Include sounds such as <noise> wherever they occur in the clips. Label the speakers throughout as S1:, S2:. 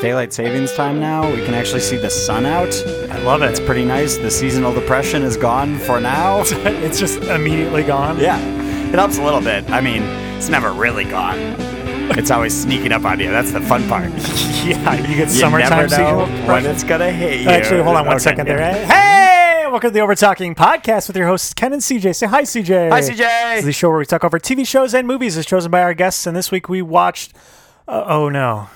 S1: daylight savings time now. We can actually see the sun out.
S2: I love
S1: It's
S2: it.
S1: pretty nice. The seasonal depression is gone for
S2: <laughs>
S1: now.
S2: <laughs> It's just immediately gone. <laughs>
S1: yeah, it helps a little bit. I mean, it's never really gone. It's always sneaking up on you. That's the fun part.
S2: Yeah, <laughs> you get
S1: You
S2: summertime
S1: never know
S2: seasonal
S1: when
S2: depression.
S1: it's gonna hit you.
S2: Actually, hold on one
S1: Okay,
S2: second
S1: yeah.
S2: there. eh? Hey, welcome to the Over Talking Podcast with your hosts Ken and CJ. Say hi, CJ.
S1: Hi,
S2: This is
S1: CJ.
S2: the show where we talk over TV shows and movies as chosen by our guests. And this week we watched. Uh, oh no!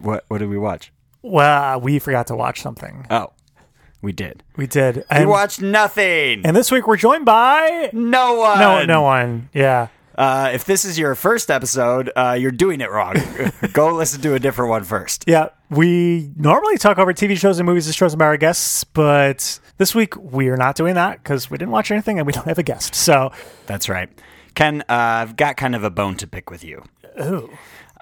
S1: What What did we watch?
S2: Well, uh, we forgot to watch something.
S1: Oh, we did.
S2: We did.
S1: We
S2: And,
S1: watched nothing.
S2: and this week we're joined by
S1: no one.
S2: no, no one. Yeah,
S1: Uh, if this is your first episode, uh, you're doing
S2: <laughs>
S1: it wrong. Go listen to a different one first.
S2: yeah. We normally talk over TV shows and movies as chosen by our guests, but this week we are not doing that because we didn't watch anything and we don't have a guest. So,
S1: That's right. Ken, uh, I've got kind of a bone to pick with you.
S2: ooh,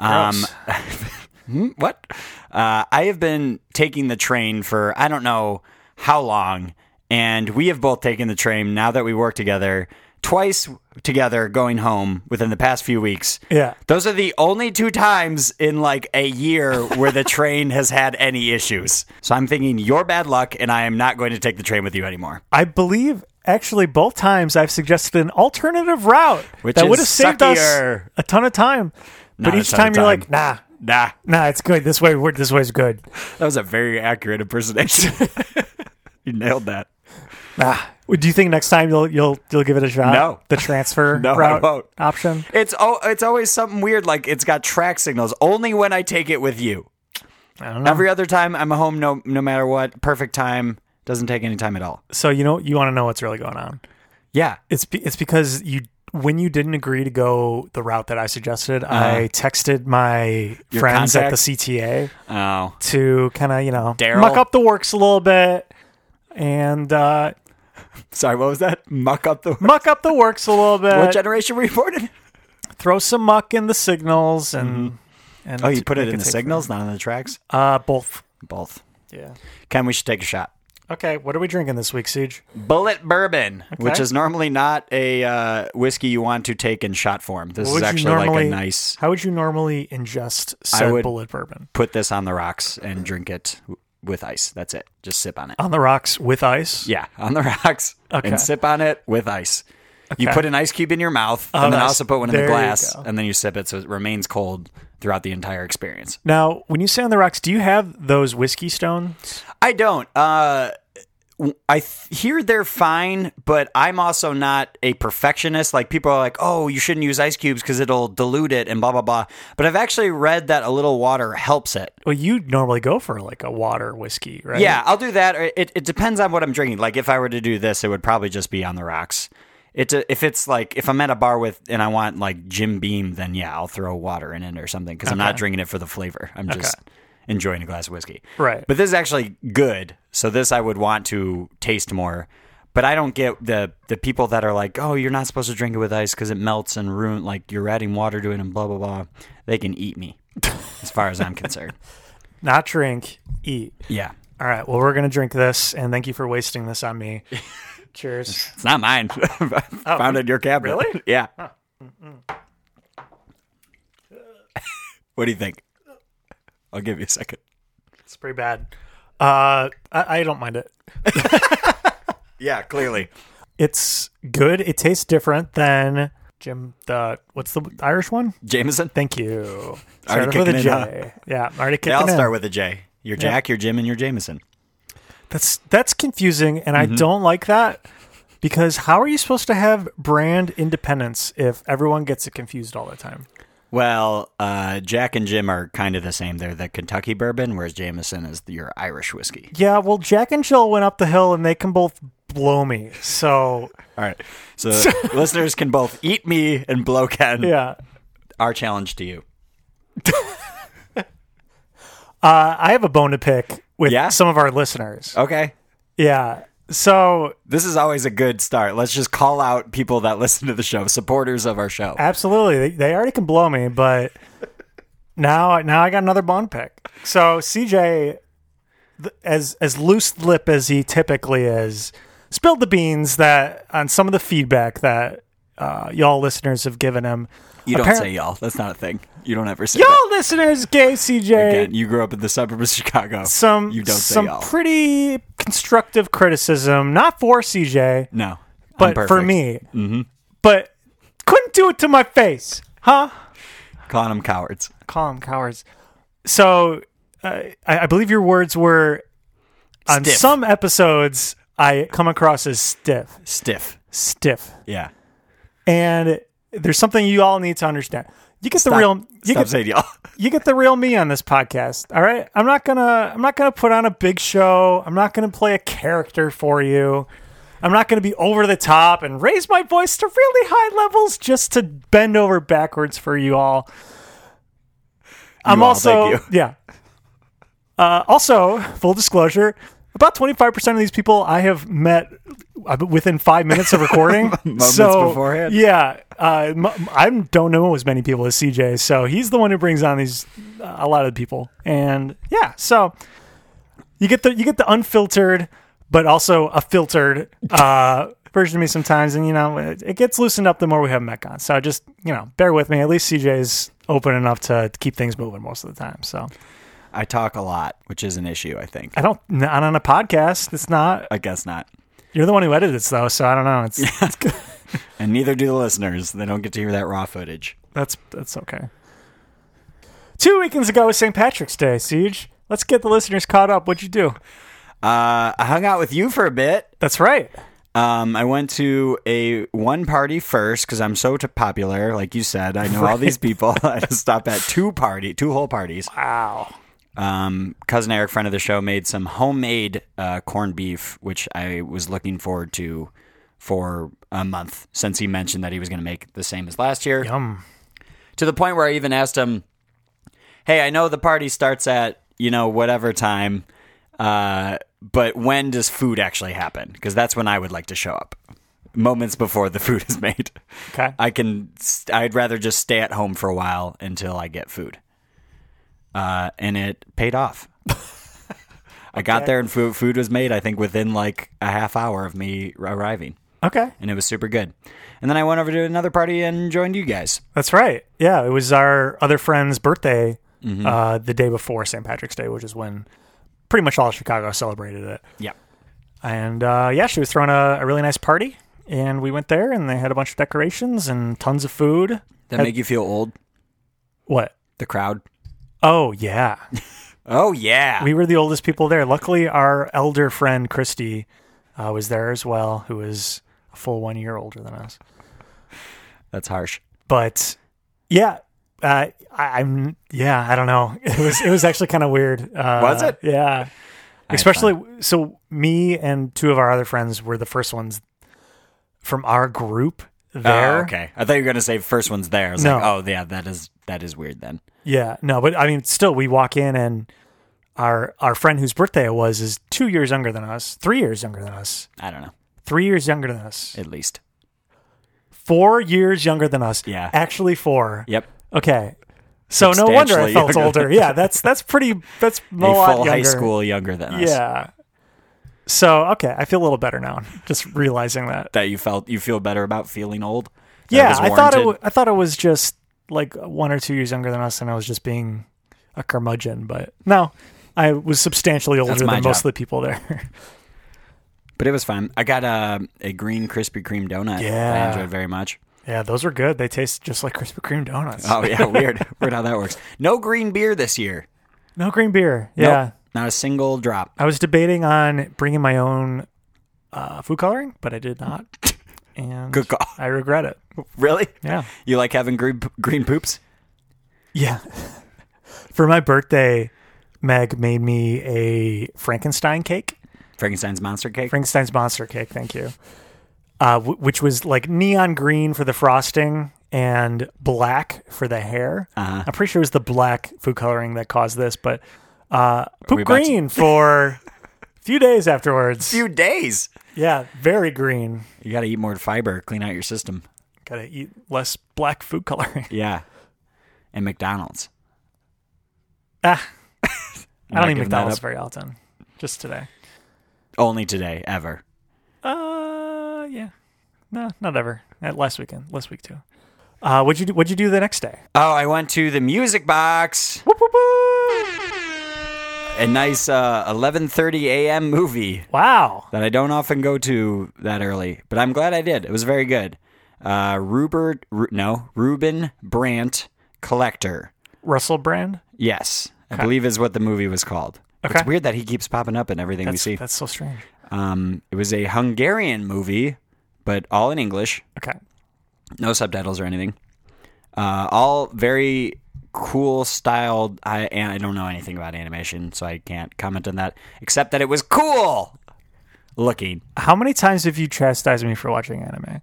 S1: Um,
S2: gross. Mm,
S1: Hmm, what? Uh, I have been taking the train for I don't know how long, and we have both taken the train now that we work together twice together going home within the past few weeks.
S2: yeah.
S1: Those are the only two times in like a year where
S2: <laughs>
S1: the train has had any issues. So I'm thinking your bad luck, and I am not going to take the train with you anymore.
S2: I believe actually both times I've suggested an alternative route
S1: Which
S2: that
S1: is
S2: would have saved
S1: suckier.
S2: us a ton of time.
S1: Not
S2: But
S1: a
S2: each
S1: ton of
S2: time you're like, nah,
S1: Nah,
S2: nah, it's good. This way, we're, this way's good.
S1: that was a very accurate impersonation.
S2: <laughs>
S1: <laughs> you nailed that.
S2: Nah. Do you think next time you'll you'll you'll give it a shot?
S1: No.
S2: the transfer
S1: <laughs> No, I
S2: route
S1: won't.
S2: option.
S1: It's oh, it's always something weird. Like it's got track signals only when I take it with you.
S2: I don't know.
S1: Every other time I'm home, no no matter what, perfect time doesn't take any time at all.
S2: so you know you want to know what's really going on.
S1: Yeah,
S2: It's be, it's because you when you didn't agree to go the route that I suggested, I texted my
S1: Uh-huh. Your
S2: friends at the
S1: contacts?
S2: CTA.
S1: oh,
S2: to kind of you know
S1: Daryl.
S2: muck up the works a little bit and uh,
S1: sorry, what was that? Muck up the
S2: muck up the works a little
S1: what
S2: bit.
S1: generation were you born in?
S2: throw some muck in the signals and and
S1: Oh, you put it
S2: make
S1: in the
S2: take-
S1: signals, not in the tracks.
S2: Uh, both.
S1: Both.
S2: Yeah.
S1: Ken, we should take a shot.
S2: Okay. What are we drinking this week, Siege?
S1: Bullet bourbon, which
S2: Okay.
S1: is normally not a uh, whiskey you want to take in shot form.
S2: What
S1: This is
S2: would you
S1: actually like
S2: normally-
S1: a nice
S2: How would you normally ingest said
S1: would-
S2: bullet bourbon
S1: put this on the rocks and drink it w- with ice. That's it. Just sip on it.
S2: on the rocks with ice?
S1: Yeah, on the rocks
S2: Okay.
S1: and sip on it with ice. You put an ice cube in your mouth and then
S2: Oh, nice.
S1: also put one in
S2: There
S1: the
S2: you
S1: glass
S2: go.
S1: and then you sip it so it remains cold throughout the entire experience.
S2: Now, when you say on the rocks, do you have those whiskey stones?
S1: I don't. Uh, w- I th- hear they're fine, but I'm also not a perfectionist. Like people are like, "Oh, you shouldn't use ice cubes because it'll dilute it," and blah blah blah. But I've actually read that a little water helps it.
S2: Well, you normally go for like a water whiskey, right?
S1: Yeah, I'll do that. Or It, it depends on what I'm drinking. Like if I were to do this, it would probably just be on the rocks. It uh, if it's like if I'm at a bar with and I want like Jim Beam, then yeah, I'll throw water in it or something because I'm not drinking it for the flavor. I'm just enjoying a glass of whiskey.
S2: Right.
S1: But this is actually good, so this I would want to taste more. But I don't get the the people that are like, oh, you're not supposed to drink it with ice because it melts and ruin. Like you're adding water to it and blah blah blah. They can eat me, as far as I'm concerned.
S2: Not drink, eat.
S1: Yeah,
S2: All right. Well, we're gonna drink this, and thank you for wasting this on
S1: <laughs>
S2: me. Cheers.
S1: It's not mine. <laughs> I Found it in your cabinet.
S2: really?
S1: Yeah. <laughs> what do you think? I'll give you a second.
S2: It's pretty bad. Uh, I, I don't mind it.
S1: Yeah, clearly.
S2: It's good. It tastes different than Jim. The what's the Irish one?
S1: Jameson.
S2: Thank you.
S1: Already
S2: Started with a
S1: kicking in, huh?
S2: J. Yeah, already
S1: They
S2: kicking
S1: all
S2: in.
S1: start with a J. Your Jack, your Jim, and your Jameson.
S2: that's that's confusing, and I don't like that because how are you supposed to have brand independence if everyone gets it confused all the time?
S1: Well, uh, Jack and Jim are kind of the same. They're the Kentucky bourbon, whereas Jameson is your Irish whiskey.
S2: Yeah. Well, Jack and Jill went up the hill, and they can both blow me. So
S1: All right. So <laughs> listeners can both eat me and blow Ken.
S2: yeah.
S1: Our challenge to you.
S2: Uh, I have a bone to pick with
S1: Yeah?
S2: some of our listeners.
S1: Okay.
S2: Yeah. So
S1: This is always a good start. Let's just call out people that listen to the show, supporters of our show.
S2: absolutely, they, they already can blow me, but now now I got another bone pick. So CJ, th- as as loose lip as he typically is, spilled the beans that on some of the feedback that uh, y'all listeners have given him.
S1: You don't
S2: Apparent-
S1: say y'all. That's not a thing. You don't ever say
S2: Y'all
S1: that.
S2: listeners, gay CJ.
S1: Again, you grew up in the suburbs of Chicago.
S2: Some
S1: you don't
S2: some
S1: say y'all.
S2: pretty constructive criticism, not for CJ,
S1: no, I'm
S2: but for
S1: perfect.
S2: me. Mm-hmm. But couldn't do it to my face, huh?
S1: calling them cowards.
S2: Call 'em cowards. So uh, I, I believe your words were on
S1: Stiff.
S2: some episodes I come across as stiff,
S1: Stiff.
S2: stiff,
S1: Yeah.
S2: and there's something you all need to understand. You get the real, you
S1: Stop
S2: get, <laughs>
S1: saying y'all.
S2: you get the real me on this podcast. All right, I'm not gonna, I'm not gonna put on a big show. I'm not gonna play a character for you. I'm not gonna be over the top and raise my voice to really high levels just to bend over backwards for you all. I'm
S1: all,
S2: also <laughs>
S1: thank
S2: yeah. Uh, also, full disclosure: about twenty five percent of these people I have met uh, within five minutes of recording.
S1: <laughs> Moments
S2: so
S1: beforehand.
S2: yeah, uh, m- m- I don't know as many people as CJ, so he's the one who brings on these uh, a lot of people, and yeah, so you get the you get the unfiltered, but also a filtered uh, <laughs> version of me sometimes, and you know it, it gets loosened up the more we have Metcon. So just you know, bear with me. At least CJ is open enough to keep things moving most of the time. So
S1: I talk a lot, which is an issue. I think.
S2: I don't not on a podcast. It's not
S1: I guess not.
S2: you're the one who edits though, so I don't know. It's, it's good.
S1: And neither do the listeners. They don't get to hear that raw footage.
S2: That's that's okay. Two weekends ago was St. Patrick's Day, Siege. Let's get the listeners caught up. What'd you do?
S1: Uh, I hung out with you for a bit.
S2: That's right.
S1: Um, I went to a one party first because I'm so t- popular. Like you said, I know all these people. <laughs> I had to stop at two party, two whole parties.
S2: Wow.
S1: Um, cousin Eric, friend of the show, made some homemade uh, corned beef, which I was looking forward to for a month since he mentioned that he was going to make the same as last year.
S2: Yum.
S1: To the point where I even asked him, "Hey, I know the party starts at you know whatever time, uh, but when does food actually happen? Because that's when I would like to show up." Moments before the food is made, <laughs>
S2: Okay.
S1: I can. st- I'd rather just stay at home for a while until I get food. Uh, and it paid off. <laughs> I got there and food food was made. I think within like a half hour of me arriving,
S2: Okay.
S1: and it was super good. And then I went over to another party and joined you guys.
S2: That's right. Yeah, it was our other friend's birthday uh, the day before St. Patrick's Day, which is when pretty much all of Chicago celebrated it.
S1: Yeah,
S2: And uh, yeah, she was throwing a, a really nice party, and we went there, and they had a bunch of decorations and tons of food.
S1: that make you feel old.
S2: What?
S1: The crowd.
S2: Oh yeah,
S1: Oh
S2: <laughs>
S1: yeah.
S2: we were the oldest people there. Luckily, our elder friend Christy uh, was there as well, who was a full one year older than us.
S1: That's harsh.
S2: but yeah uh, I, i'm yeah i don't know <laughs> it was it was actually kind of weird uh,
S1: Was it?
S2: yeah especially so me and two of our other friends were the first ones from our group there
S1: Oh, okay. I thought you were gonna say first one's there. I was
S2: No.
S1: like, oh yeah, that is that is weird then.
S2: yeah no but i mean still we walk in and our our friend whose birthday it was is two years younger than us three years younger than us
S1: I don't know.
S2: three years younger than us
S1: At least.
S2: four years younger than us
S1: Yeah.
S2: actually four
S1: Yep.
S2: okay so no wonder i
S1: Substantially
S2: felt
S1: younger
S2: older
S1: than-
S2: yeah that's that's pretty that's a,
S1: <laughs> A full
S2: lot
S1: high
S2: younger.
S1: school younger than us.
S2: Yeah. So okay, I feel a little better now. Just realizing that.
S1: That you felt you feel better about feeling old. That
S2: yeah,
S1: was
S2: I thought it.
S1: warranted?
S2: W- I thought it was just like one or two years younger than us, and I was just being a curmudgeon. But no, I was substantially older
S1: That's
S2: than
S1: my
S2: most of
S1: job.
S2: the people there. <laughs>
S1: But it was fun. I got a a green Krispy Kreme donut. that
S2: Yeah.
S1: I enjoyed very much.
S2: yeah, those were good. They taste just like Krispy Kreme donuts.
S1: Oh yeah, <laughs> weird. weird how that works. No green beer this year.
S2: No green beer.
S1: Nope.
S2: Yeah,
S1: Not a single drop. <laughs>
S2: I was debating on bringing my own uh, food coloring, but I
S1: <laughs>
S2: did not, and
S1: Good call. <laughs>
S2: I regret it.
S1: Really?
S2: Yeah.
S1: You like having green green poops?
S2: Yeah. <laughs> For my birthday, Meg made me a Frankenstein cake,
S1: Frankenstein's monster cake.
S2: Frankenstein's monster cake. Thank you. Uh, w- which was like neon green for the frosting and black for the hair.
S1: Uh-huh.
S2: I'm pretty sure it was the black food coloring that caused this, but uh,
S1: we
S2: poop
S1: about to-
S2: green
S1: <laughs>
S2: for a few days afterwards.
S1: Few days.
S2: Yeah, very green.
S1: You got to eat more fiber. Clean out your system.
S2: Gotta eat less black food coloring. <laughs>
S1: Yeah. And McDonald's.
S2: ah,
S1: I'm
S2: I
S1: not
S2: don't eat
S1: giving that
S2: McDonald's
S1: up.
S2: very often. Just today.
S1: Only today, ever.
S2: Uh, yeah. No, not ever. At Uh, last weekend, last week too. Uh, what'd you do, What'd you do the next day?
S1: Oh, I went to the music box.
S2: Whoop, whoop, whoop.
S1: A nice uh, 11:30 a.m. movie
S2: Wow.
S1: that I don't often go to that early, but I'm glad I did. It was very good. Uh, Rupert, Ru- no, Ruben Brandt Collector.
S2: Russell Brand.
S1: Yes, I believe is what the movie was called. It's
S2: Okay.
S1: weird that he keeps popping up in everything
S2: That's,
S1: we see.
S2: that's so strange.
S1: Um, it was a Hungarian movie, but all in English,
S2: Okay.
S1: no subtitles or anything. Uh, all very cool styled. I and I don't know anything about animation, so I can't comment on that except that it was cool looking.
S2: How many times have you chastised me for watching anime?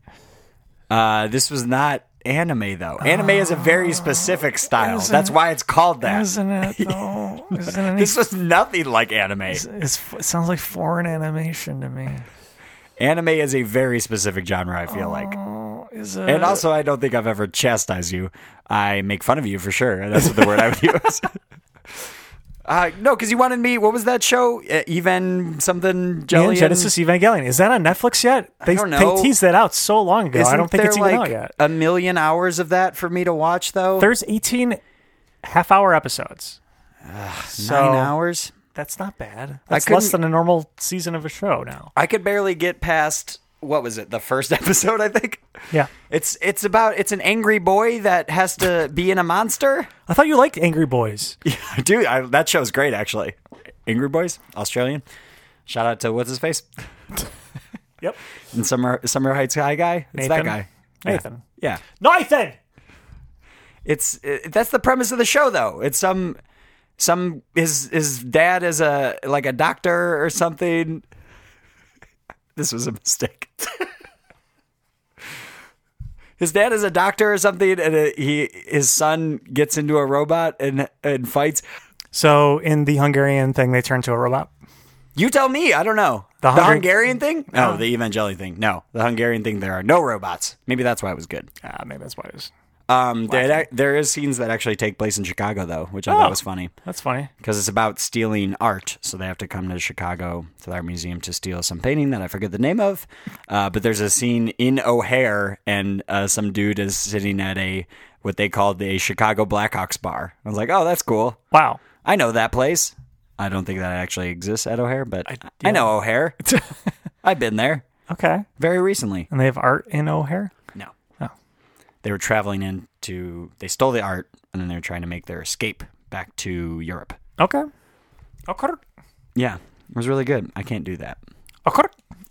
S1: Uh, this was not anime though. Anime is a very specific style. That's why it's called that.
S2: Isn't <laughs> it? though? isn't it?
S1: This was nothing like anime.
S2: it's, it sounds like foreign animation to me.
S1: Anime is a very specific genre. I feel like.
S2: Oh. Is it?
S1: And also, I don't think I've ever chastised you. I make fun of you for sure. That's the word I
S2: <laughs>
S1: would use. Uh, no, because you wanted me. What was that show? Uh, Even something
S2: Alien
S1: jelly.
S2: Genesis Evangelion is that on Netflix yet? They
S1: don't
S2: they
S1: know.
S2: teased that out so long ago. I don't think
S1: there
S2: it's even out
S1: like
S2: yet.
S1: a million hours of that for me to watch though.
S2: There's 18 half-hour episodes. so
S1: Nine hours.
S2: That's not bad. That's
S1: couldn't-
S2: less than a normal season of a show now.
S1: I could barely get past what was it? The first <laughs> episode, I think.
S2: Yeah,
S1: It's it's about it's an angry boy that has to be in a monster.
S2: I thought you liked Angry Boys.
S1: <laughs> Dude, I, that show's great actually. Angry Boys, Australian. Shout out to what's his face <laughs>
S2: Yep,
S1: and Summer Summer Heights High guy. It's
S2: Nathan.
S1: that guy.
S2: Nathan.
S1: Yeah,
S2: Nathan.
S1: it's it, that's the premise of the show though. It's some some his his dad is a like a doctor or something. <laughs> This was a mistake. <laughs> his dad is a doctor or something, and uh he his son gets into a robot and and fights.
S2: So in the Hungarian thing, they turn to a robot.
S1: You tell me. I don't know.
S2: The
S1: The,
S2: Hungar-
S1: Hungarian thing? Oh. No, the Evangelion thing. No, the Hungarian thing. There are no robots. Maybe that's why it was good.
S2: Ah, maybe that's why it was.
S1: Um, there, there is scenes that actually take place in Chicago though, which I
S2: Oh.
S1: thought was funny
S2: That's funny.
S1: because it's about stealing art. So they have to come to Chicago to the art museum to steal some painting that I forget the name of. Uh, but there's a scene in O'Hare, and uh, some dude is sitting at a what they called a Chicago Blackhawks bar. I was like, oh, that's cool.
S2: Wow. <laughs>
S1: I know that place. I don't think that actually exists at O'Hare, but I,
S2: yeah.
S1: I know O'Hare. I've been there
S2: Okay.
S1: very recently.
S2: And they have art in O'Hare.
S1: No.
S2: Oh.
S1: They were traveling in to, they stole the art, and then they were trying to make their escape back to Europe.
S2: Okay. Okay.
S1: Yeah, it was really good. I can't do that.
S2: Okay.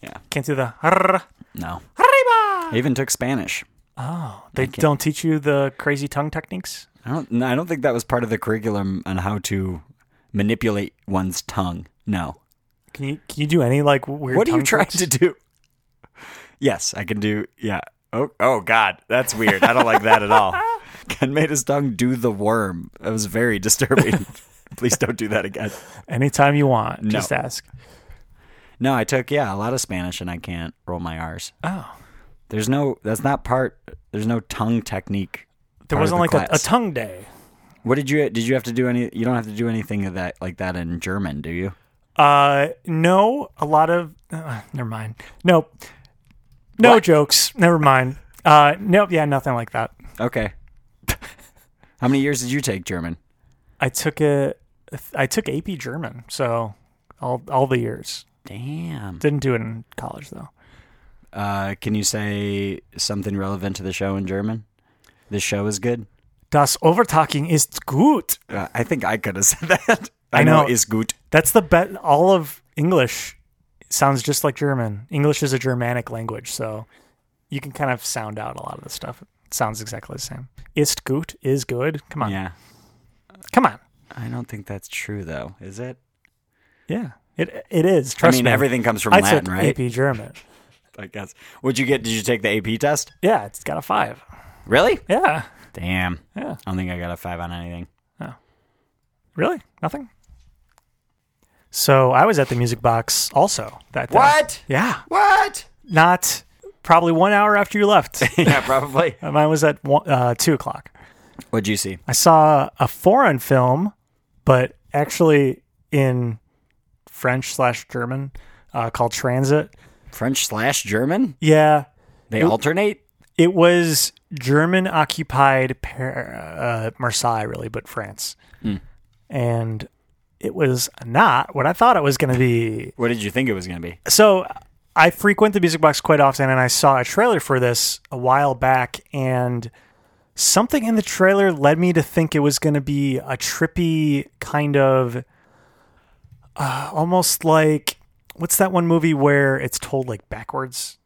S1: Yeah.
S2: Can't do the. Arriba.
S1: No. I even took Spanish.
S2: Oh, they don't teach you the crazy tongue techniques.
S1: I don't. No, I don't think that was part of the curriculum on how to manipulate one's tongue. No.
S2: Can you can you do any like weird?
S1: What are you
S2: tongue
S1: trying
S2: tricks?
S1: to do? Yes, I can do. Yeah. Oh, oh God, that's weird. I don't like that
S2: <laughs>
S1: at all. Ken made his tongue do the worm. That was
S2: <laughs>
S1: very disturbing. Please don't do that again.
S2: Anytime you want, just ask.
S1: No, I took yeah a lot of Spanish and I can't roll my R's.
S2: Oh,
S1: There's no. That's not part. There's no tongue technique.
S2: there
S1: part of
S2: wasn't
S1: the
S2: like a, a
S1: class.
S2: tongue day.
S1: What did you did you have to do any? You don't have to do anything of that like that in German, do you?
S2: Uh, no, a lot of. Uh, never mind. Nope. No
S1: What?
S2: jokes. Never mind. Uh, nope. Yeah, nothing like that.
S1: Okay. <laughs> How many years did you take German?
S2: I took a. I took AP German, so all all the years.
S1: Damn.
S2: Didn't do it in college though.
S1: Uh, can you say something relevant to the show in German? This show is good.
S2: Das Overtalking ist gut.
S1: Uh, I think I could have <laughs> said that.
S2: I know.
S1: is gut.
S2: That's the bet. All of English sounds just like German. English is a Germanic language, so you can kind of sound out a lot of the stuff. It sounds exactly the same. Ist gut is good. Come on,
S1: Yeah.
S2: come on.
S1: Uh, I don't think that's true though. Is it?
S2: Yeah, it it is. Trust
S1: I mean,
S2: me.
S1: everything comes from
S2: I
S1: Latin,
S2: took
S1: right?
S2: AP German.
S1: I guess. What'd you get? Did you take the AP test?
S2: Yeah, it's got a five.
S1: Really?
S2: Yeah,
S1: Damn.
S2: yeah.
S1: I don't think I got a five on anything.
S2: Really, nothing. So I was at the music box also that day.
S1: What?
S2: Yeah,
S1: What?
S2: not probably one hour after you left.
S1: <laughs> yeah, probably.
S2: Mine was at one, uh, two o'clock.
S1: What'd you see?
S2: I saw a foreign film, but actually in French slash German, uh, called Transit.
S1: French slash German?
S2: Yeah,
S1: They alternate?
S2: it was German occupied Par- uh, Marseille, really, but France. And it was not what I thought it was going to be.
S1: What did you think it was going to be?
S2: So I frequent the music box quite often, and I saw a trailer for this a while back, and something in the trailer led me to think it was going to be a trippy kind of, uh, almost like what's that one movie where it's told like backwards?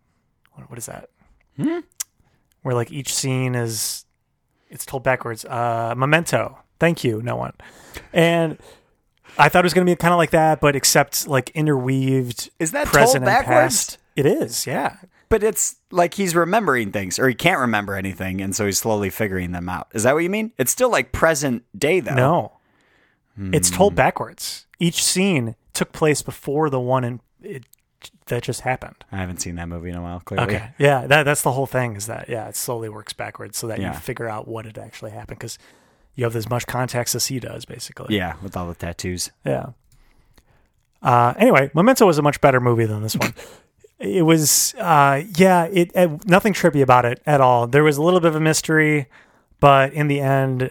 S2: What, what is that? Where like each scene is it's told backwards. Uh, Memento. Thank you, no one. And I thought it was going to be kind of like that, but except like interweaved.
S1: Is that
S2: present
S1: told
S2: and
S1: backwards?
S2: past. It is, yeah.
S1: But it's like he's remembering things, or he can't remember anything, and so he's slowly figuring them out. Is that what you mean? It's still like present day, though.
S2: No, it's
S1: Hmm.
S2: told backwards. Each scene took place before the one in, it, that just happened.
S1: I haven't seen that movie in a while. Clearly,
S2: Okay, yeah, that that's the whole thing. Is that yeah? It slowly works backwards so that
S1: Yeah.
S2: you figure out what had actually happened because you have as much context as he does, basically.
S1: yeah, with all the tattoos.
S2: Yeah. Uh, anyway, Memento was a much better movie than this
S1: <laughs>
S2: one. it was, uh, yeah, it, it nothing trippy about it at all. There was a little bit of a mystery, but in the end,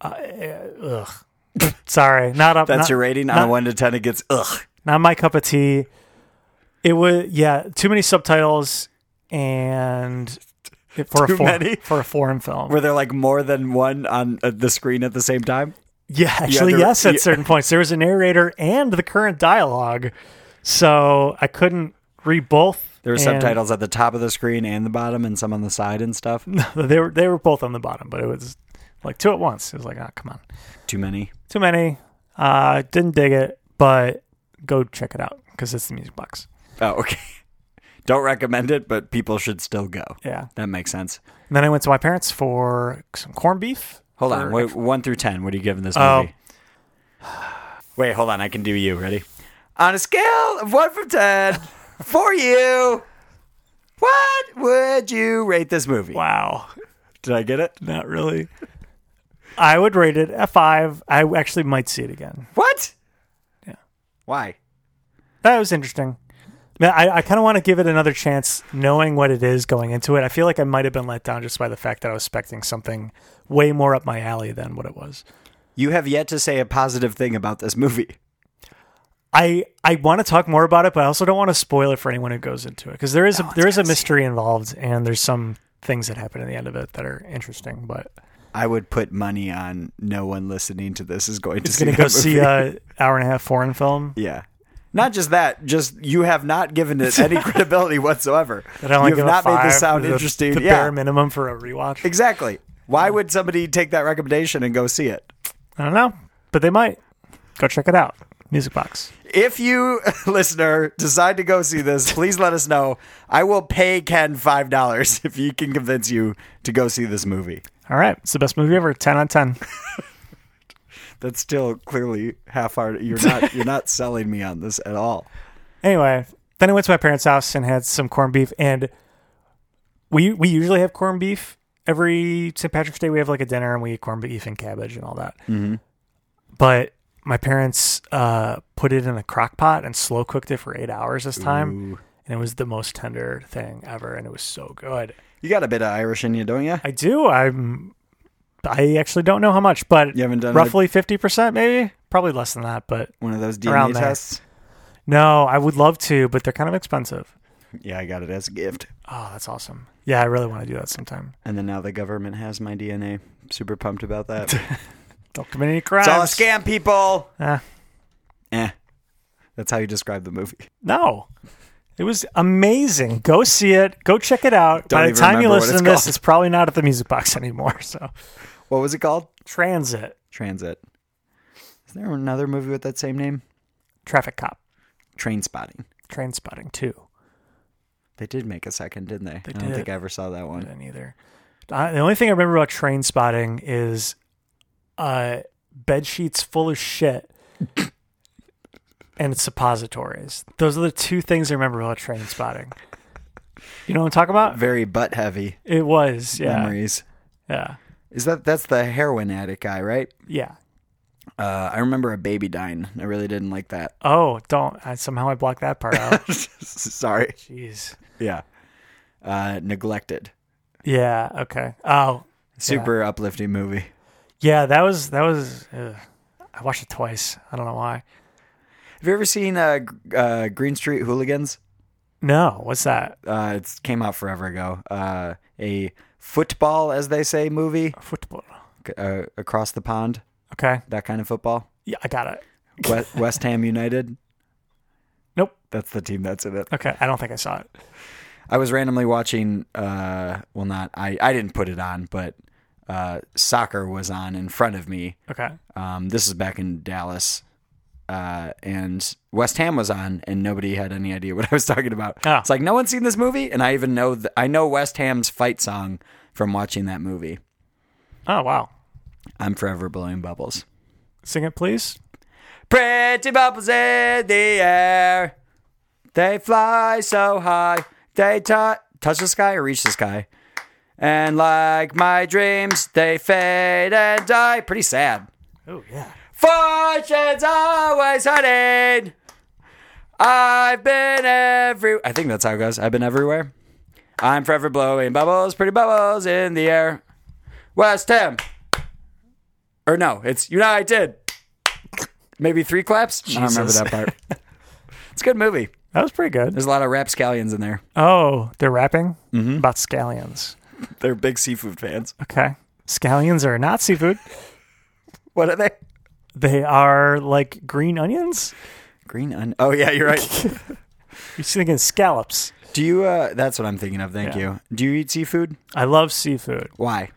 S2: uh, eh, ugh. <laughs> Sorry, not up.
S1: That's
S2: not,
S1: your rating on
S2: not-
S1: a one to ten. It gets ugh.
S2: not my cup of tea. It was yeah, too many subtitles and for
S1: <laughs> Too
S2: a foreign,
S1: many?
S2: for a foreign film.
S1: Were there like more than one on uh, the screen at the same time?
S2: Yeah, actually,
S1: there-
S2: yes, at
S1: yeah.
S2: certain points. There was a narrator and the current dialogue. So I couldn't read both.
S1: There were
S2: and
S1: subtitles at the top of the screen and the bottom, and some on the side
S2: <laughs>
S1: and stuff.
S2: They were, they were both on the bottom, but it was like two at once. It was like, oh, come on.
S1: Too many.
S2: Too many. Uh, didn't dig it, but go check it out because it's the music box.
S1: Oh, okay. <laughs> Don't recommend it, but people should still go.
S2: Yeah.
S1: That makes sense.
S2: And then I went to my parents for some corned beef.
S1: Hold
S2: for-
S1: on. Wait, one through ten. What are you giving this
S2: Oh.
S1: movie? Wait, hold on. I can do you. Ready? On a scale of one
S2: <laughs>
S1: from ten, for you, what would you rate this movie?
S2: Wow.
S1: Did I get it?
S2: Not really. I would rate it a five. I actually might see it again.
S1: What?
S2: Yeah.
S1: Why?
S2: That was interesting. Man, I, I kind of want to give it another chance, knowing what it is going into it. I feel like I might have been let down just by the fact that I was expecting something way more up my alley than what it was.
S1: You have yet to say a positive thing about this movie.
S2: I I want to talk more about it, but I also don't want to spoil it for anyone who goes into it because there is a, there is a mystery involved and there's some things that happen at the end of it that are interesting.
S1: <laughs>
S2: But
S1: I would put money on no one listening to this is going to
S2: it's
S1: see
S2: gonna
S1: that
S2: go see uh,
S1: movie.
S2: a hour and a half foreign film.
S1: <laughs> Yeah. Not just that, just you have not given
S2: <laughs>
S1: it any credibility whatsoever.
S2: That I only
S1: you
S2: give
S1: have
S2: a
S1: not made this
S2: five,
S1: sound
S2: the-
S1: interesting.
S2: The
S1: yeah.
S2: bare minimum for a rewatch.
S1: Exactly. Why would somebody take that recommendation and go see it?
S2: I don't know, but they might go check it out. Music box.
S1: If you, <laughs> listener, decide to go see this, please let us know. I will pay Ken $5 <laughs> if he can convince you to go see this movie.
S2: All right, it's the best movie ever. Ten on ten.
S1: That's still clearly half-hearted. You're not
S2: <laughs>
S1: you're not selling me on this at all.
S2: Anyway, then I went to my parents' house and had some corned beef, and we we usually have corned beef every St. Patrick's Day. We have like a dinner and we eat corned beef and cabbage and all that.
S1: Mm-hmm.
S2: But my parents uh, put it in a crock pot and slow cooked it for eight hours this time, and it was the most tender thing ever, and it was so good.
S1: You got a bit of Irish in you, don't you?
S2: I do. I'm. I actually don't know how much, but
S1: You haven't done
S2: roughly fifty percent, maybe, probably less than that. But
S1: One of those
S2: Around
S1: DNA
S2: there.
S1: tests?
S2: no, I would love to, but they're kind of expensive.
S1: Yeah, I got it as a gift.
S2: Oh, that's awesome. Yeah, I really want to do that sometime.
S1: And then now the government has my DNA. Super pumped about
S2: <laughs>
S1: that. it's
S2: Don't commit any crimes.
S1: all a scam, people.
S2: Eh,
S1: Eh. That's how you describe the movie.
S2: no. It was amazing. Go see it. Go check it out.
S1: Don't
S2: By the
S1: even
S2: time you
S1: remember what
S2: listen to
S1: it's
S2: this,
S1: called.
S2: it's probably not at the music box <laughs> anymore. So
S1: What was it called?
S2: Transit.
S1: Transit. Is there another movie with that same name?
S2: Traffic cop.
S1: Train Spotting.
S2: Train spotting too.
S1: They did make a second, didn't they? I don't
S2: did.
S1: think I ever saw that one.
S2: Didn't either. Uh, the only thing I remember about train spotting is uh bed sheets full of shit and suppositories. Those are the two things I remember about train spotting. You know what I'm talking about?
S1: Very butt heavy
S2: It was, yeah.
S1: memories.
S2: Yeah.
S1: Is that that's the heroin addict guy, right?
S2: Yeah.
S1: Uh, I remember a baby dying. I really didn't like that. <laughs>
S2: Oh, don't. I, somehow I blocked that part out.
S1: Sorry.
S2: Jeez.
S1: Yeah. Uh, neglected.
S2: Yeah. Okay. Oh,
S1: Super uplifting movie.
S2: yeah. That was that was. Ugh. I watched it twice. I don't know why.
S1: Have you ever seen uh, G- uh, Green Street Hooligans?
S2: No, what's that?
S1: Uh, it came out forever ago. Uh, a football, as they say, movie
S2: Football.
S1: c- uh, across the pond.
S2: Okay.
S1: That kind of football.
S2: Yeah, I got it. <laughs>
S1: West, West Ham United.
S2: Nope.
S1: That's the team that's in it.
S2: Okay. I don't think I saw it.
S1: I was randomly watching. Uh, well, not I. I didn't put it on, but uh, soccer was on in front of me.
S2: Okay.
S1: Um, this is back in Dallas, uh, and West Ham was on, and nobody had any idea what I was talking about.
S2: Ah.
S1: It's like no one's seen this movie, and I even know th- I know West Ham's fight song from watching that movie.
S2: Oh wow.
S1: I'm forever blowing bubbles.
S2: Sing it, please.
S1: Pretty bubbles in the air, they fly so high, they tou- touch the sky or reach the sky, and like my dreams, they fade and die. Pretty sad.
S2: Oh yeah.
S1: Fortune's always hunting. I've been every. I think that's how it goes. I've been everywhere. I'm forever blowing bubbles, pretty bubbles in the air. West Ham. Or no, it's United. Maybe three claps. I don't remember
S2: Jesus.
S1: that part. <laughs> it's a good movie.
S2: That was pretty good.
S1: There's a lot of rapscallions in there.
S2: Oh, they're rapping
S1: Mm-hmm.
S2: about scallions.
S1: They're big seafood fans. <laughs>
S2: Okay. Scallions are not seafood.
S1: What are they?
S2: They are like green onions.
S1: Green. Un- oh yeah, you're right. <laughs>
S2: You're thinking scallops.
S1: Do you? Uh, that's what I'm thinking of. Thank
S2: Yeah.
S1: you. Do you eat seafood?
S2: I love seafood.
S1: Why?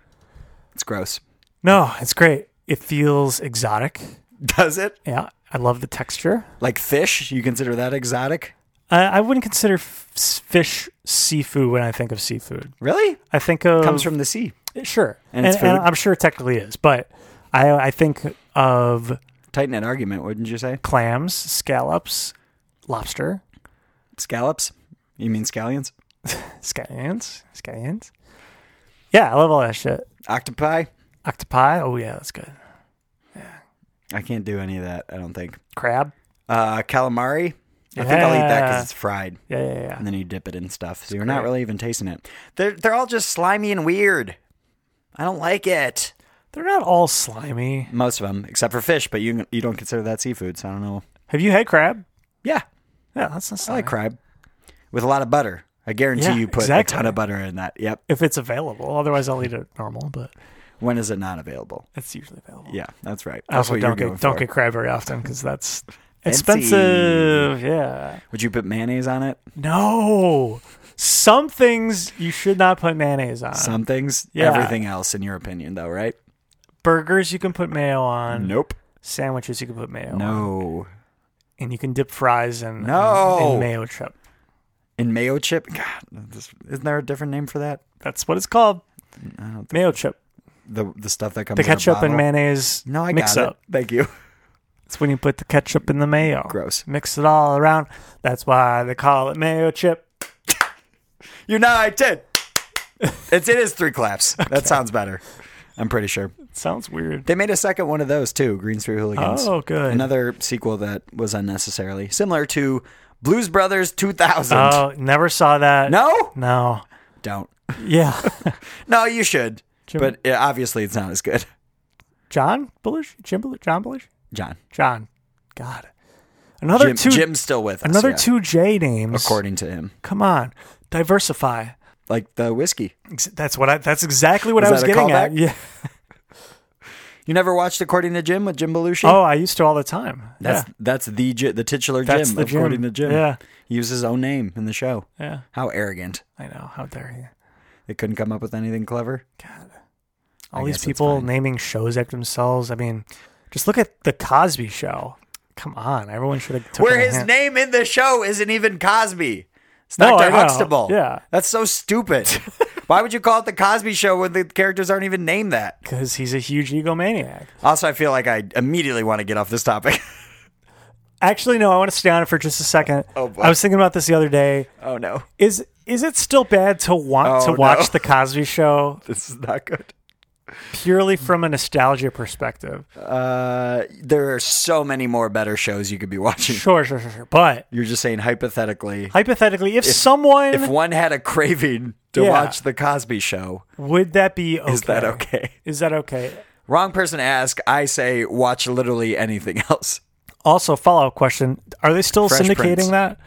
S1: It's gross.
S2: No, it's great. It feels exotic.
S1: Does it?
S2: Yeah, I love the texture.
S1: Like fish? You consider that exotic?
S2: I, I wouldn't consider f- fish seafood when I think of seafood.
S1: Really?
S2: I think of
S1: Comes from the sea.
S2: sure,
S1: and it's food?
S2: I'm sure it technically is, but I I think of
S1: Tighten that argument, wouldn't you say?
S2: clams, scallops, lobster,
S1: Scallops? You mean scallions?
S2: scallions, scallions. Yeah, I love all that shit.
S1: Octopi?
S2: Octopi. Oh yeah, that's good.
S1: I can't do any of that, I don't think.
S2: Crab.
S1: Uh, calamari? I think I'll eat that
S2: Yeah.
S1: because it's fried.
S2: Yeah, yeah, yeah.
S1: And then you dip it in stuff. So you're not
S2: great.
S1: really even tasting it. They're, they're all just slimy and weird. I don't like it.
S2: They're not all slimy.
S1: Most of them, except for fish, but you you don't consider that seafood, so I don't know.
S2: Have you had crab?
S1: Yeah,
S2: Yeah, that's not
S1: I
S2: slimy.
S1: like crab with a lot of butter. I guarantee
S2: Yeah,
S1: you put
S2: exactly.
S1: a ton of butter in that. Yep.
S2: if it's available. Otherwise, I'll eat it normal, but
S1: When is it not available?
S2: it's usually available.
S1: Yeah, that's right.
S2: I
S1: That's
S2: also
S1: what you're
S2: don't
S1: going
S2: get don't
S1: for.
S2: get crab very often because that's expensive. Yeah.
S1: Would you put mayonnaise on it?
S2: Uh, No. Some things you should not put mayonnaise on.
S1: Some things,
S2: yeah.
S1: everything else, in your opinion, though, right?
S2: Burgers you can put mayo on.
S1: Nope.
S2: Sandwiches you can put mayo on.
S1: No.
S2: And you can dip fries in,
S1: No.
S2: in mayo chip.
S1: In mayo chip, God, this, isn't there a different name for that?
S2: That's what it's called. Mayo chip.
S1: The the stuff that comes
S2: The
S1: in a
S2: ketchup and
S1: bottle?
S2: mayonnaise
S1: No, I
S2: mix
S1: got
S2: up.
S1: it. Thank you. <laughs>
S2: It's when you put the ketchup in the mayo.
S1: Gross.
S2: Mix it all around. That's why they call it mayo chip.
S1: United. it's it is
S2: <laughs>
S1: three claps. That sounds better. I'm pretty sure
S2: sounds weird.
S1: they made a second one of those too. Green Street Hooligans.
S2: Oh, good.
S1: Another sequel that was unnecessarily similar to Blues Brothers 2000.
S2: Oh, never saw that.
S1: no,
S2: No.
S1: don't.
S2: Yeah. <laughs>
S1: No, you should.
S2: Jim-
S1: But yeah, obviously, it's not as good. <laughs>
S2: John Bullish? Jim Bullish? John Bullish?
S1: John.
S2: John. God. Another
S1: Jim,
S2: two
S1: Jim's still with us.
S2: another
S1: yeah,
S2: two J names.
S1: According to him.
S2: Come on. Diversify.
S1: Like the whiskey.
S2: Ex- That's what I that's exactly what
S1: Is
S2: I was
S1: that a
S2: getting at.
S1: callback?
S2: Yeah.
S1: You never watched According to Jim with Jim Belushi?
S2: Oh, I used to all the time.
S1: That's that's the Ji- the titular
S2: That's
S1: Jim,
S2: the Jim.
S1: according to Jim.
S2: Yeah.
S1: He used his own name in the show.
S2: yeah. Yeah.
S1: How arrogant.
S2: I know. How dare you?
S1: They couldn't come up with anything clever.
S2: God. All
S1: I
S2: these
S1: guess it's
S2: people
S1: fine.
S2: naming shows after themselves. I mean, just look at the Cosby show. Come on. Everyone should have
S1: Where
S2: taken a
S1: his
S2: hand-
S1: name in the show isn't even Cosby. It's
S2: No, I
S1: Dr.
S2: know.
S1: Huxtable.
S2: Yeah.
S1: That's
S2: <laughs>
S1: so stupid. Why would you call it the Cosby show when the characters aren't even named that?
S2: because he's a huge egomaniac.
S1: Also, I feel like I immediately want to get off this topic. <laughs>
S2: Actually, no. I want to stay on it for just a second.
S1: Oh, boy.
S2: I was thinking about this the other day.
S1: oh no.
S2: Is is it still bad to want
S1: Oh,
S2: to
S1: no.
S2: watch the Cosby Show
S1: This is not good.
S2: purely from a nostalgia perspective?
S1: Uh, there are so many more better shows you could be watching.
S2: Sure, sure, sure, sure. But
S1: You're just saying hypothetically,
S2: hypothetically, if, someone
S1: if one had a craving to
S2: Yeah.
S1: watch the Cosby Show.
S2: Would that be okay?
S1: Is that okay?
S2: Is that okay?
S1: Wrong person to ask. I say watch literally anything <laughs> else.
S2: Also, follow up question: Are they still
S1: Fresh
S2: syndicating
S1: Prince.
S2: that?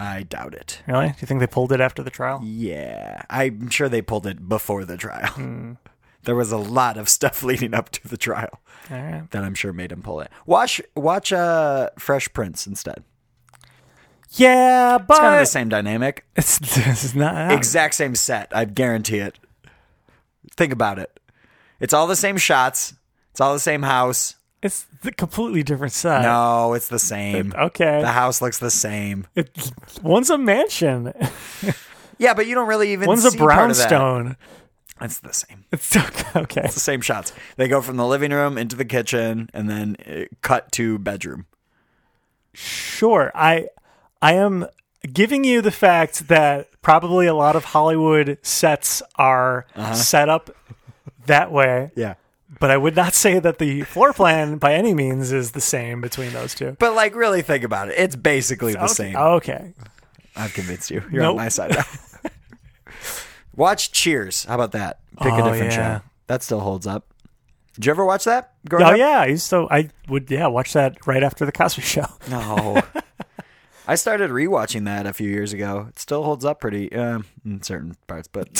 S1: I doubt it.
S2: Really? Do you think they pulled it after the trial?
S1: Yeah, I'm sure they pulled it before the trial. There was a lot of stuff <laughs> leading up to the trial
S2: All right.
S1: that I'm sure made him pull it. Watch, watch, uh, Fresh Prince instead.
S2: Yeah, but
S1: It's kind of the same dynamic,
S2: It's, <laughs> this is not
S1: exact same set. I guarantee it. Think about it. It's all the same shots. It's all the same house.
S2: It's a completely different set.
S1: No, it's the same.
S2: Uh, Okay.
S1: The house looks the same.
S2: It, one's a
S1: <laughs>
S2: mansion.
S1: Yeah, but you don't really even.
S2: One's a
S1: see part of that.
S2: brownstone.
S1: It's the same.
S2: It's <laughs> okay.
S1: It's the same shots. They go from the living room into the kitchen, and then uh, cut to bedroom.
S2: Sure. I I am giving you the fact that probably a lot of Hollywood sets are
S1: Uh-huh.
S2: set up that way,
S1: Yeah.
S2: but I would not say that the floor plan by any means is the same between those two.
S1: But like, really think about it. It's basically the
S2: okay.
S1: same.
S2: Oh, Okay.
S1: I've convinced you. You're
S2: Nope.
S1: on my side. now. <laughs> watch Cheers. How about that? Pick
S2: Oh,
S1: a different
S2: yeah.
S1: show. That still holds up. Did you ever watch that? Growing
S2: Oh
S1: up?
S2: yeah, I used to I would yeah, watch that right after the <laughs> Cosby show.
S1: No. I started rewatching that a few years ago. It still holds up pretty um, in certain parts, but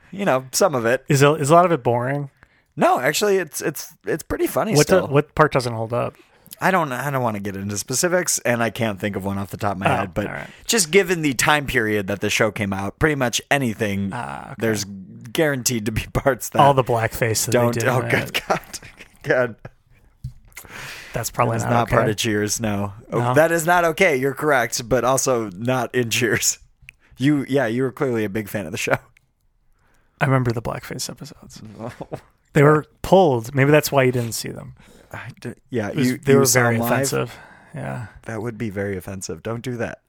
S1: <laughs> you know some of it.
S2: Is a, is a lot of it boring?
S1: No, actually, it's it's it's pretty funny
S2: What
S1: still.
S2: do- what part doesn't hold up?
S1: I don't I don't want to get into specifics, and I can't think of one off the top of my
S2: Oh,
S1: head. But
S2: all right.
S1: just given the time period that the show came out, pretty much anything there's guaranteed to be <laughs> parts that
S2: Ah, All the blackface that
S1: don't.
S2: they did. uh,
S1: oh,
S2: in
S1: good
S2: it.
S1: God, <laughs> God,
S2: That's probably
S1: it's
S2: not,
S1: not
S2: okay.
S1: part of Cheers. No. Oh,
S2: No.
S1: that is not okay. You're correct, but also not in Cheers. You, yeah, you were clearly a big fan of
S2: <laughs>
S1: the show.
S2: I remember the blackface episodes. They were pulled. Maybe that's why you didn't see them.
S1: I d- yeah,
S2: It was-
S1: you,
S2: they
S1: you
S2: were
S1: saw
S2: very
S1: them live?
S2: offensive. Yeah.
S1: That would be very offensive. Don't do that.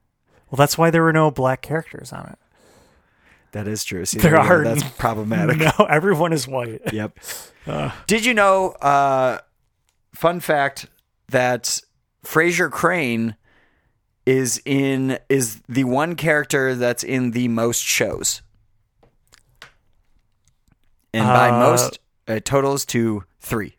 S2: Well, that's why there were no black characters
S1: <laughs>
S2: on it.
S1: That is true. See,
S2: There
S1: there you go.
S2: are- <laughs>
S1: That's problematic.
S2: No, everyone is white.
S1: Yep. Did you know? Uh, fun fact that Fraser Crane is in is the one character that's in the most shows, and by
S2: Uh,
S1: most it totals to three.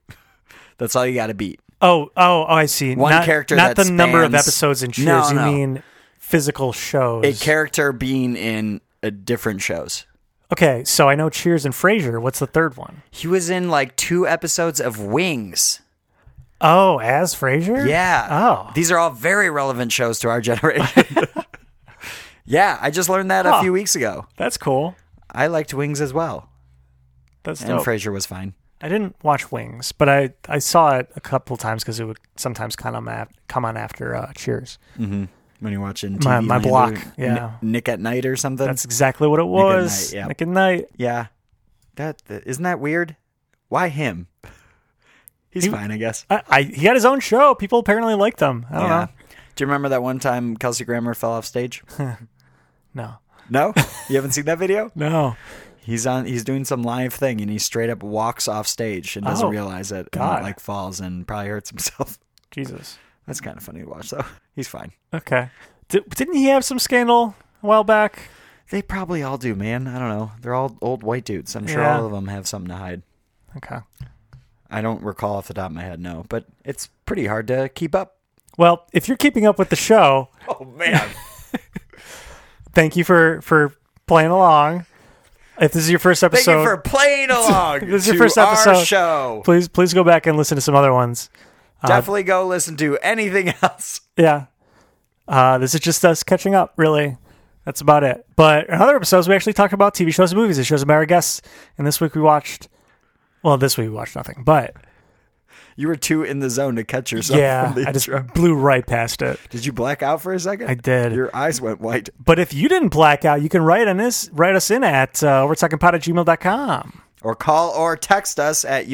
S1: That's all you got to beat.
S2: Oh, oh, oh, I see.
S1: One
S2: not,
S1: character
S2: not
S1: that
S2: the number of
S1: spans-
S2: episodes in Cheers.
S1: No,
S2: You
S1: no.
S2: mean physical shows?
S1: A character being in uh, different shows.
S2: okay, so I know Cheers and Frasier. What's the third one?
S1: He was in like two episodes of Wings.
S2: Oh, as Frasier?
S1: Yeah.
S2: Oh.
S1: These are all very relevant shows to
S2: <laughs>
S1: our generation. yeah, I just learned that
S2: Huh.
S1: a few weeks ago.
S2: that's cool.
S1: I liked Wings as well,
S2: That's
S1: and
S2: dope.
S1: Frasier was fine.
S2: I didn't watch Wings, but I, I saw it a couple times because it would sometimes kind of ma- come on after uh, Cheers.
S1: When you're watching
S2: My-
S1: TV
S2: my
S1: Land
S2: block,
S1: or N-
S2: yeah.
S1: Nick at Night or something.
S2: That's exactly what it was.
S1: Night, yeah.
S2: Nick at Night.
S1: yeah, that that- isn't that weird. Why him? <laughs> He's fine, I guess.
S2: I, I he had his own show. People apparently liked him. I don't
S1: Yeah. Do you remember that one time Kelsey Grammer fell off
S2: <laughs>
S1: stage?
S2: know.
S1: No, you haven't seen that video.
S2: No. No.
S1: He's on. He's doing some live thing, and he straight up walks off stage and doesn't
S2: Oh,
S1: realize it, and
S2: God.
S1: like falls and probably hurts himself.
S2: Jesus.
S1: That's kind of funny to watch, though. <laughs> He's fine.
S2: Okay. Did, didn't he have some scandal a while back?
S1: They probably all do, man. I don't know. They're all old white dudes. I'm sure
S2: Yeah.
S1: all of them have something to hide.
S2: Okay.
S1: I don't recall off the top of my head, no, but it's pretty hard to keep up.
S2: Well, if you're keeping up with the show,
S1: <laughs> Oh,
S2: <laughs>
S1: man.
S2: thank you for for playing along. If this is your first
S1: Thank
S2: episode,
S1: you for
S2: <laughs>
S1: playing along.
S2: This is your
S1: to
S2: first
S1: Our
S2: episode.
S1: show.
S2: please please go back and listen to some other ones. Uh,
S1: Definitely go listen to anything <laughs> else.
S2: Yeah. Uh, this is just us catching up, really. That's about it. But in other episodes, we actually talk about TV shows and movies. It shows about our guests. And this week we watched, well, this week we watched nothing. But
S1: You were too in the zone to catch yourself.
S2: yeah,
S1: from the
S2: I just
S1: intro.
S2: blew right past it.
S1: Did you black out for a second?
S2: I did.
S1: Your eyes went white.
S2: But if you didn't black out, you can write on this, write us in at uh, overtalkingpod at gmail.com.
S1: Or call or text us at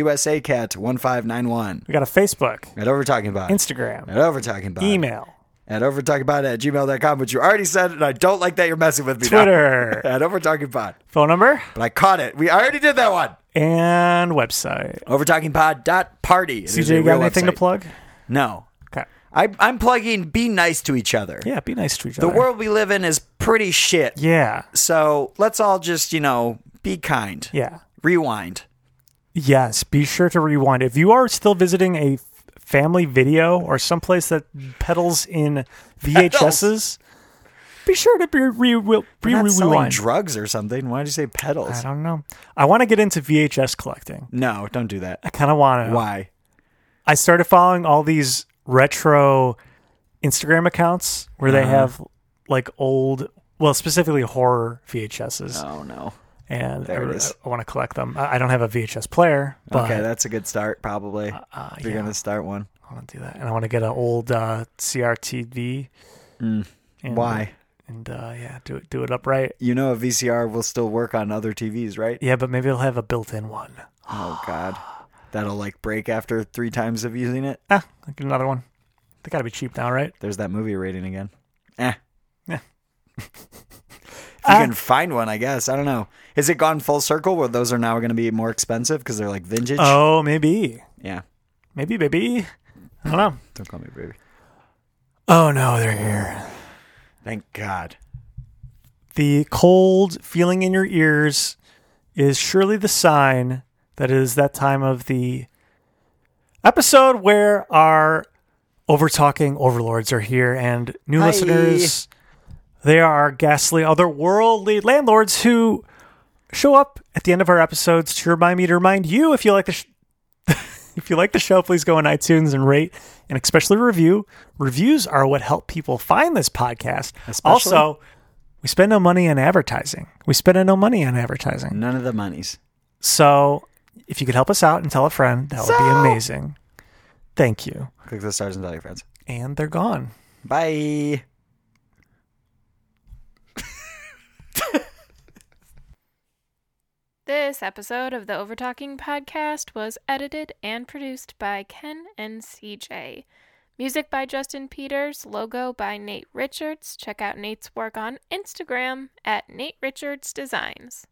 S1: USACat1591.
S2: We got a Facebook,
S1: At Over Talking About.
S2: Instagram,
S1: At Over Talking About.
S2: email,
S1: at overtalkingpod at gmail.com, which you already said, and I don't like that you're messing with me now.
S2: Twitter.
S1: <laughs> at overtalkingpod.
S2: phone number,
S1: But I caught it. We already did that one.
S2: and website.
S1: Overtalkingpod.party. It is a
S2: CJ, you got
S1: real
S2: anything to
S1: website.
S2: plug?
S1: No.
S2: Okay.
S1: I, I'm plugging be nice to each other.
S2: Yeah, be nice to each
S1: The
S2: other.
S1: world we live in is pretty shit.
S2: Yeah.
S1: So let's all just, you know, be kind.
S2: Yeah.
S1: Rewind.
S2: Yes, be sure to rewind. If you are still visiting a f- family video or someplace that peddles in VHSs, be sure to be re, re,
S1: We're
S2: re-
S1: not selling
S2: rewind.
S1: drugs or something. Why did you say
S2: I
S1: pedals?
S2: don't know. I want to get into VHS collecting.
S1: No, don't do
S2: <laughs>
S1: that.
S2: I kind of want to.
S1: Why?
S2: I started following all these retro Instagram accounts where
S1: Uh-huh.
S2: they have like old, well, specifically horror VHSs,
S1: Oh no.
S2: and
S1: there it
S2: I,
S1: is.
S2: want to collect them. I, I don't have a VHS player, but
S1: Okay, that's a good start probably.
S2: uh,
S1: if you're
S2: yeah.
S1: gonna start one.
S2: I want to do that, and I want to get an old uh, CRTV. Mm. And,
S1: Why?
S2: And uh, yeah, do it do it upright.
S1: You know a VCR will still work on other TVs,
S2: <gasps>
S1: right?
S2: Yeah, but maybe it'll have a built-in one.
S1: Oh god. That'll like break after three times of using it.
S2: Ah, I'll get another one. They gotta be cheap now, right?
S1: There's that movie rating again. Eh. <laughs>
S2: Yeah.
S1: If you
S2: Ah.
S1: can find one, I guess. I don't know. Is it gone full circle where those are now going to be more expensive because they're like vintage?
S2: Oh, maybe,
S1: Yeah.
S2: maybe, maybe. I don't know.
S1: Don't call me baby.
S2: Oh no, they're here.
S1: Thank God.
S2: The cold feeling in your ears is surely the sign that it is that time of the episode where our over talking overlords are here and new
S1: Hi.
S2: listeners. They are ghastly, otherworldly landlords who show up at the end of our episodes to remind me to remind you if you like the sh- <laughs> if you like the show, please go on iTunes and rate and especially review. Reviews are what help people find this podcast.
S1: Especially-
S2: Also, we spend no money on advertising. We spend no money on advertising.
S1: None of the monies.
S2: So, if you could help us out and tell a friend, that would be
S1: So-
S2: amazing. Thank you.
S1: Click the stars and tell your friends.
S2: And they're gone.
S1: Bye.
S3: This episode of the Overtalking Podcast was edited and produced by Ken and CJ. Music by Justin Peters, logo by Nate Richards. Check out Nate's work on Instagram at Nate Richards Designs.